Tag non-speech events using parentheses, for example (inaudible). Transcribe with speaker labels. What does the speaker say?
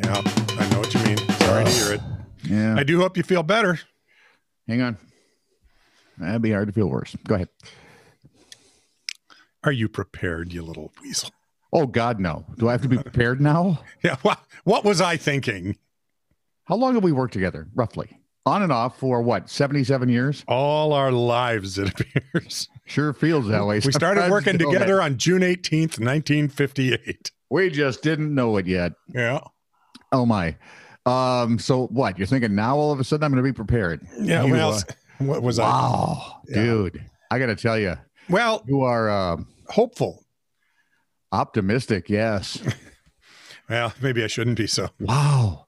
Speaker 1: No, I know what you mean. Sorry to hear it.
Speaker 2: Yeah.
Speaker 1: I do hope you feel better.
Speaker 2: Hang on. That'd be hard to feel worse. Go ahead.
Speaker 1: Are you prepared, you little weasel? (laughs)
Speaker 2: Oh God, no. Do I have to be prepared now?
Speaker 1: Yeah. What, what was I thinking?
Speaker 2: How long have we worked together, roughly? On and off for what, 77 years?
Speaker 1: All our lives, it (laughs) appears.
Speaker 2: Sure feels that way.
Speaker 1: We started
Speaker 2: Sometimes
Speaker 1: working
Speaker 2: you know
Speaker 1: together
Speaker 2: that.
Speaker 1: on June 18th, 1958.
Speaker 2: We just didn't know it yet.
Speaker 1: Yeah.
Speaker 2: Oh my. Um, so what? You're thinking now all of a sudden I'm gonna be prepared.
Speaker 1: Yeah.
Speaker 2: You,
Speaker 1: what
Speaker 2: uh,
Speaker 1: else? What was I?
Speaker 2: Wow,
Speaker 1: Yeah.
Speaker 2: dude. I gotta tell you,
Speaker 1: Well,
Speaker 2: you are um
Speaker 1: hopeful.
Speaker 2: optimistic, yes.
Speaker 1: (laughs) Well, maybe I shouldn't be so.
Speaker 2: Wow.